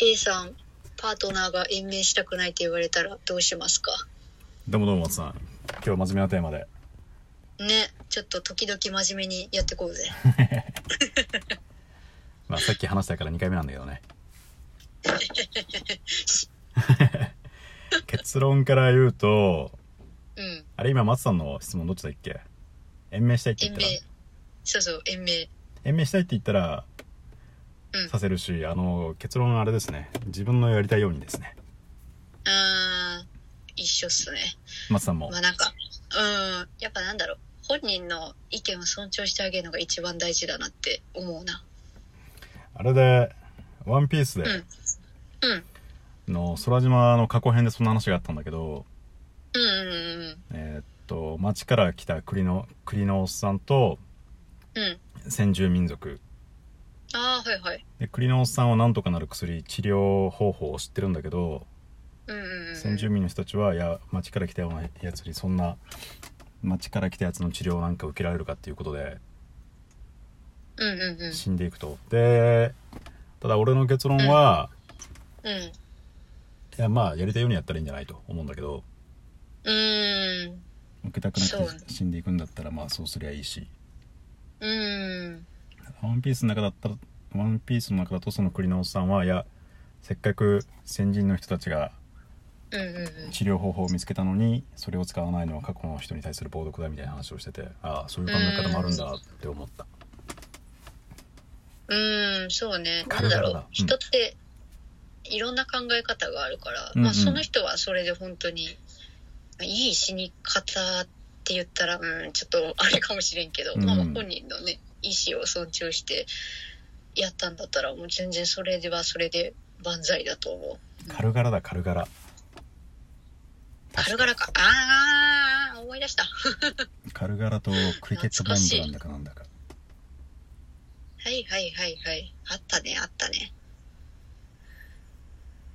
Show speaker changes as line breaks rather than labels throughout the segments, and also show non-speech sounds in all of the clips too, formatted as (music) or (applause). A さんパートナーが延命したくないって言われたらどうしますか
どうもどうも松さん今日は真面目なテーマで
ねちょっと時々真面目にやってこうぜ
まあさっき話したから2回目なんだけ
(laughs)
どね結論から言うと
うん
あれ今松さんの質問どっちだっけ延命したいって言
延
ったら
命そうそう延命
延命したいって言ったら
うん
させるしあの結論はあれですね自分のやりたいようにですね
あー一緒っすね
松さんも
まあなんかうんやっぱなんだろう本人の意見を尊重してあげるのが一番大事だなって思うな
あれで「ワンピースで
うんうん
の空島の過去編でそんな話があったんだけど
うんうんうん
えーっと町から来た栗の栗のおっさんと
うん
先住民族
ああはいはい
で栗のおっさんはなんとかなる薬治療方法を知ってるんだけど、
うんうんうん
先住民の人たちはいや町から来たようなやつにそんな町から来たやつの治療なんか受けられるかっていうことで
うんうんうん
死んでいくと、でただ俺の結論は、
うん
いやまあやりたいようにやったらいいんじゃないと思うんだけど
うーん
受けたくな
そう
くて死んでいくんだったらまあそうすりゃいいし
うーん
ワンピースの中だったらワンピースの中だとその栗のおっさんはいやせっかく先人の人たちが
うんうんうん
治療方法を見つけたのにそれを使わないのは過去の人に対する暴力だみたいな話をしててああそういう考え方もあるんだって思った
うーん、そうね。な
軽
んだ
々だ
ろ
う。
うん人って、いろんな考え方があるから、
うんうん
まあ、その人はそれで本当に、まあいい死に方って言ったら、うん、ちょっとあれかもしれんけど、
うん
まあ、本人のね、意思を尊重してやったんだったら、もう全然それではそれで万歳だと思う。
軽々だ軽々
軽々か。あー、思い出した。
軽々とクリケットボンドなんだかなんだか
はいはいはいはい。あったね、あったね。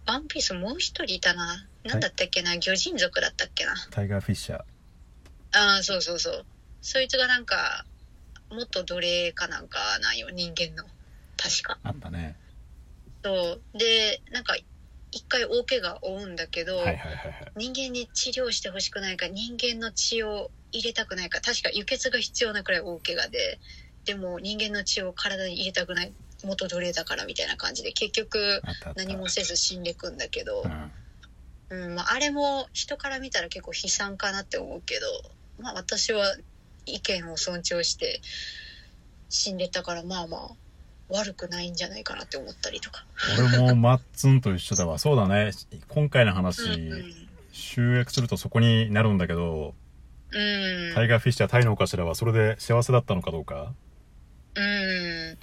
ワンピースもう一人いたな。なんだったっけな、魚人族だったっけな。
タイガーフィッシャー
ああ、そうそうそう。そいつがなんか、元奴隷かなんかなんよ、人間の。確か。
あったね
そう。で、なんか、一回大怪我を負うんだけど、
はいはいはいはい
人間に治療してほしくないか人間の血を入れたくないか確か輸血が必要なくらい大怪我ででも人間の血を体に入れたくない元奴隷だからみたいな感じで結局
あったあった
何もせず死んでくんだけど
う、ん
うんまあ、あれも人から見たら結構悲惨かなって思うけど、まあ、私は意見を尊重して死んでたからまあまあ悪くないんじゃないかなって思ったりとか。
俺もマッツンと一緒だわそうだね今回の話
うん
集約するとそこになるんだけど
うん
タイガーフィッシャータイのお頭はそれで幸せだったのかどうか
うん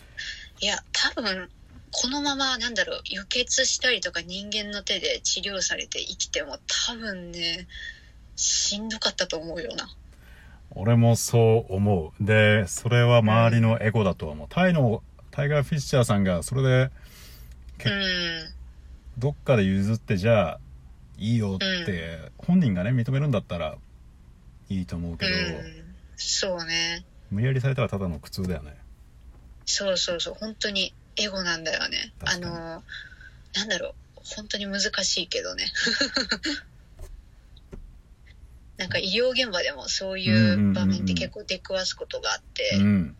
いや多分このままなんだろう輸血したりとか人間の手で治療されて生きても多分ねしんどかったと思うよな
俺もそう思うでそれは周りのエゴだとは思うタイのタイガー・フィッシャーさんがそれで
うん
どっかで譲ってじゃあいいよって本人がね認めるんだったらいいと思うけ
う
ど、
んそうね
無理やりされたらただの苦痛だよね
そうそうそう本当にエゴなんだよねあ
確かに
のなんだろう本当に難しいけどね (laughs) なんか医療現場でもそういう場面って結構出くわすことがあって、
うん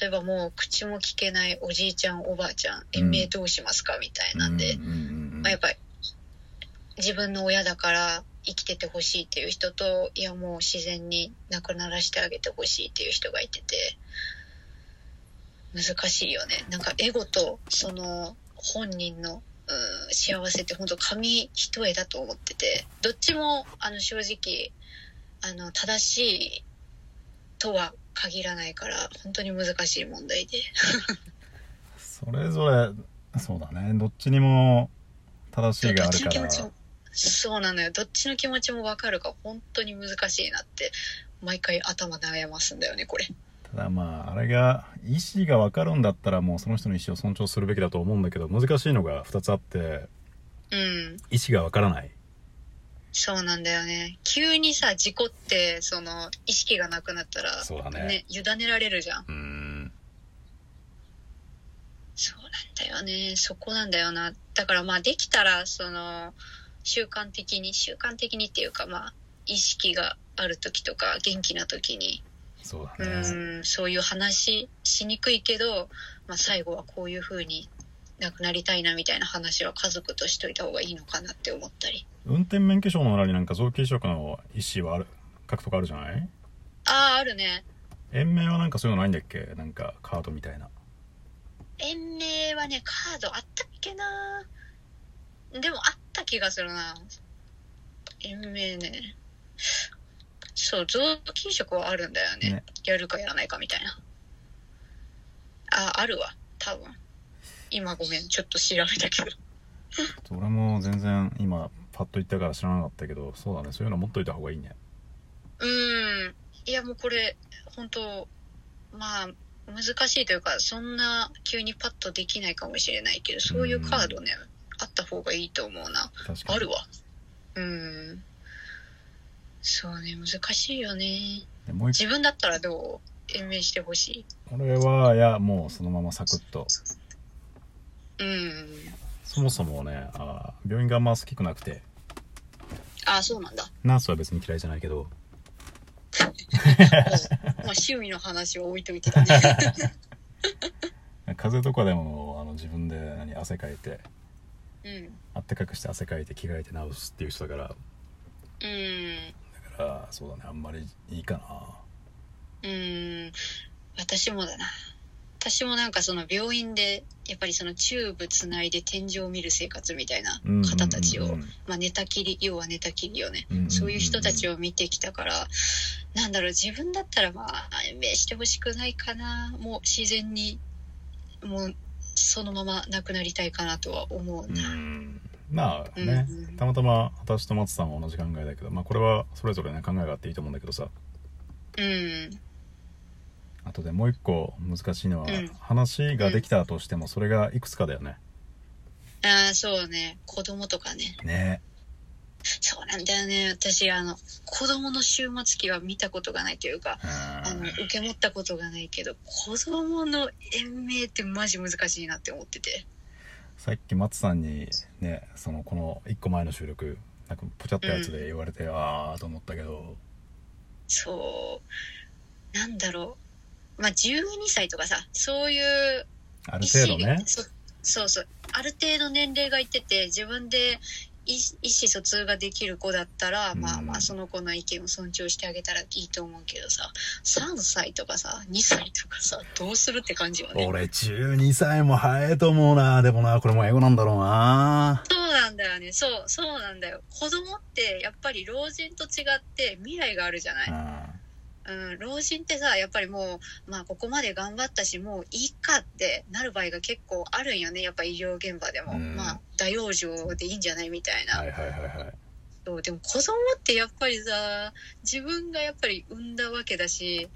例えばもう口も聞けないおじいちゃんおばあちゃん延命どうしますかみたいなんで、
うんうんうんうん
まあ、やっぱり自分の親だから生きててほしいっていう人といやもう自然に亡くならしてあげてほしいっていう人がいてて難しいよねなんかエゴとその本人のうん幸せって本当紙一重だと思っててどっちもあの正直あの正しいとは限らないから本当に難しい問題で。
それぞれそうだねどっちにも正しいがある
どっちの気
から
持ちもそうなのよどっちの気持ちも分かるか本当に難しいなって毎回頭悩ますんだよねこれ
ただまああれが意思が分かるんだったらもうその人の意思を尊重するべきだと思うんだけど難しいのが2つあって
うん
意思が分からない
そうなんだよね急にさ事故ってその意識がなくなったら
そうだね
ね委ねられるじゃん
うーん
そだよねそこなんだよなだからまあできたらその習慣的に習慣的にっていうかまあ意識がある時とか元気な時に
そう
う
だね、
んそういう話しにくいけど、まあ、最後はこういう風になくなりたいなみたいな話は家族としといた方がいいのかなって思ったり
運転免許証の裏になんか臓器移植の意思はある書くとかあるじゃない
あああるね
延命はなんかそういうのないんだっけなんかカードみたいな
延命はねカードあったっけなでもあった気がするな延命ねそう臓器移植はあるんだよね
ね
やるかやらないかみたいなああるわ多分今ごめんちょっと調べたけど
俺も全然今パッと言ったから知らなかったけどそうだねそういうの持っといた方がいいね
うんいやもうこれ本当まあ難しいというかそんな急にパッとできないかもしれないけどそういうカードねあった方がいいと思うな
確かに
あるわうんそうね難しいよね
でもう一
自分だったらどう延命してほし
個俺はいやもうそのままサクッと
いうん
そもそもねあー病院があんま好きくなくて
ああそうなんだ
ナースは別に嫌いじゃないけど
もう趣味の話は置いといてたね
風邪とかでもあの自分で何汗かいて
うん
あったかくして汗かいて着替えて治すっていう人だから
うん
だからそうだねあんまりいいか
う
な
ーん私もだな私もなんかその病院でやっぱりそのチューブつないで天井を見る生活みたいな
うん
方たちを、
うん
まあ、寝たきり要は寝たきりよね、
うんうんうん
そういう人たちを見てきたからなんだろう自分だったらまあ延命してほしくないかなもう自然にもうそのまま亡くなりたいかなとは思う
う
な、
んまあね、
うんうん
たまたま私と松さんは同じ考えだけどまあこれはそれぞれね考えがあっていいと思うんだけどさ
うん、
あとでもう一個難しいのは、
うん
話ができたとしてもそれがいくつかだよね
ああそうね子供とかね
ね
そうなんだよね。私、あの、子供の終末期は見たことがないというか、あの、受け持ったことがないけど、子供の延命ってマジ難しいなって思ってて。
さっき松さんにねそのこの一個前の収録なんかポチャったやつで言われて、ああと思ったけど
そう。なんだろう。まあ、12歳とかさ、そういう
ある
意
程
思
度ね
そそうそう。ある程度年齢がいってて、自分で意思意思疎通ができる子だったら、まあ
うん
まあ、その子の意見を尊重してあげたらいいと思うけどさ、3歳とかさ、2歳とかさ、どうするって感じよね。
俺12歳も早いと思うなでもなこれも英語なんだろうな
そうなんだよね。そう、そうなんだよ。子供って、やっぱり老人と違って未来があるじゃない。うん、老人ってさ、やっぱりもう、まあ、ここまで頑張ったし、もういいかってなる場合が結構あるんよね。やっぱ医療現場でも。
うん
まあ、大養生でいいんじゃないみたいな。
はいはいはいはい
そうでも子供ってやっぱりさ自分がやっぱり産んだわけだし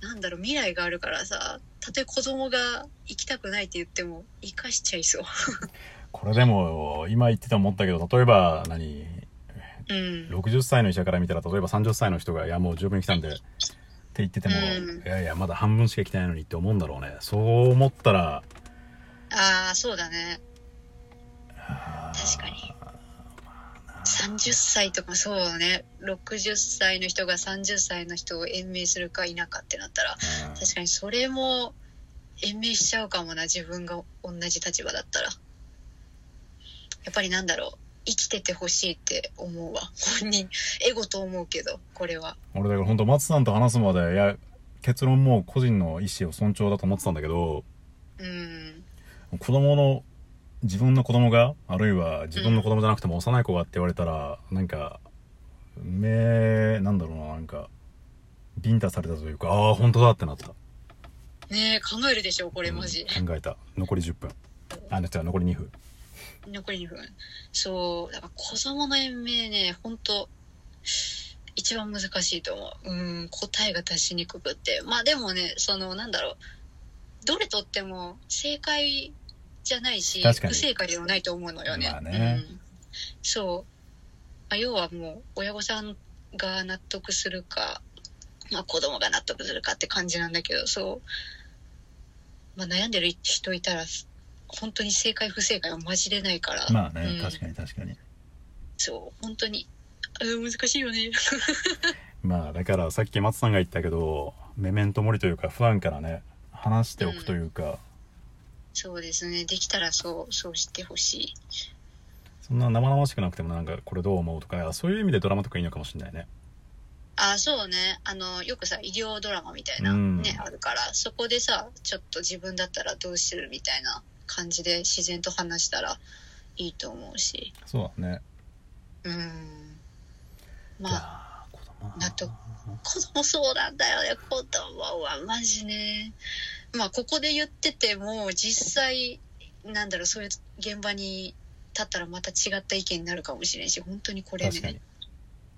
なんだろう未来があるからさたとえ子供が行きたくないって言っても生かしちゃいそう。
これでも今言ってて思ったけど例えば何
うん、
60歳の医者から見たら例えば30歳の人が「いやもう十分来たんで」って言ってても、
うん
いやいやまだ半分しか来てないのにって思うんだろうねそう思ったら
ああそうだね確かに30歳とかそうね60歳の人が30歳の人を延命するか否かってなったら
うん
確かにそれも延命しちゃうかもな自分が同じ立場だったらやっぱりなんだろう生きててほしいって思うわ本人エゴと思うけどこれは
俺だから本当松さんと話すまでいや結論もう個人の意思を尊重だと思ってたんだけど
うん
子供の自分の子供があるいは自分の子供じゃなくても幼い子がって言われたら、なんか目なんだろうななんかビンタされたというかああ本当だってなった
ねえ考えるでしょこれマジ、
うん考えた残り10分あじゃあ残り2分
残り2分そうだから子供の延命ね本当一番難しいと思ううん答えが出しにくくってまあでもねそのなんだろうどれとっても正解じゃないし
確かに
不正解ではないと思うのよね,、
まあね
うん、そう、まあ、要はもう親御さんが納得するか、まあ、子供が納得するかって感じなんだけどそう、まあ、悩んでる人いたら本当に正解不正解はマジでないから。
まあね、
うん
確かに確かに
そう、本当に。あ難しいよね。 (laughs)
まあだからさっき松さんが言ったけどメメントモリというか普段からね話しておくというか、
そうですね。できたらそう、そうしてほしい。
そんな生々しくなくてもなんかこれどう思うとかそういう意味でドラマとかいいのかもしれないね
あ、そうね。あの、よくさ、医療ドラマみたいな、
うん
ね、あるから、そこでさ、ちょっと自分だったらどうするみたいな感じで自然と話したらいいと思うし。
そうだね
うん。
い
まあ、
やー子供
納得子供そうなんだよね、子供はマジね。まあ、ここで言ってても、実際、なんだろう、そういう現場に立ったらまた違った意見になるかもしれんし、本当にこれ
確か
ね
に、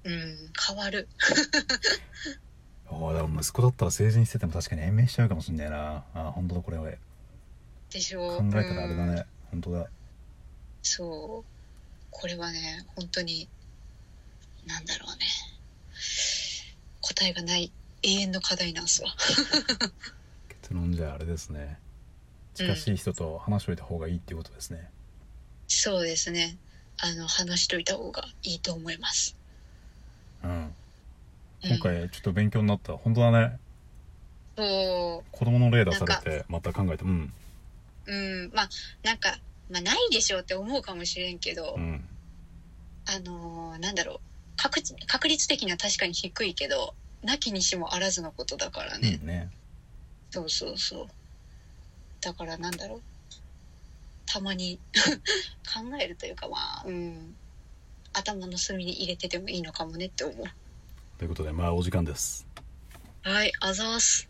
うん、変わる。
おーでも息子だったら成人してても確かに延命しちゃうかもしんないなあー本当だこれは
でしょ
考えたらあれだ
うん
ね本当だ
そう。これはね、本当に、なんだろうね。答えがない永遠の課題なんすわ。
結論じゃああれですね近しい人と話しておいた方がいいっていうことですね、
そうですね。あの、話しといた方がいいと思います。
うん、
うん
今回ちょっと勉強になった本当だね
そう。
子供の例出されてまた考えてうん
うん、まあなんか、まあ、ないでしょうって思うかもしれんけど、
うん
あのーなんだろう確確率的には確かに低いけどなきにしもあらずのことだから
いい
ね、
ね
そうそうそうだからなんだろうたまに (laughs) 考えるというかまあうん頭の隅に入れててもいいのかもねって思う
ということでまあお時間です
はいあざーす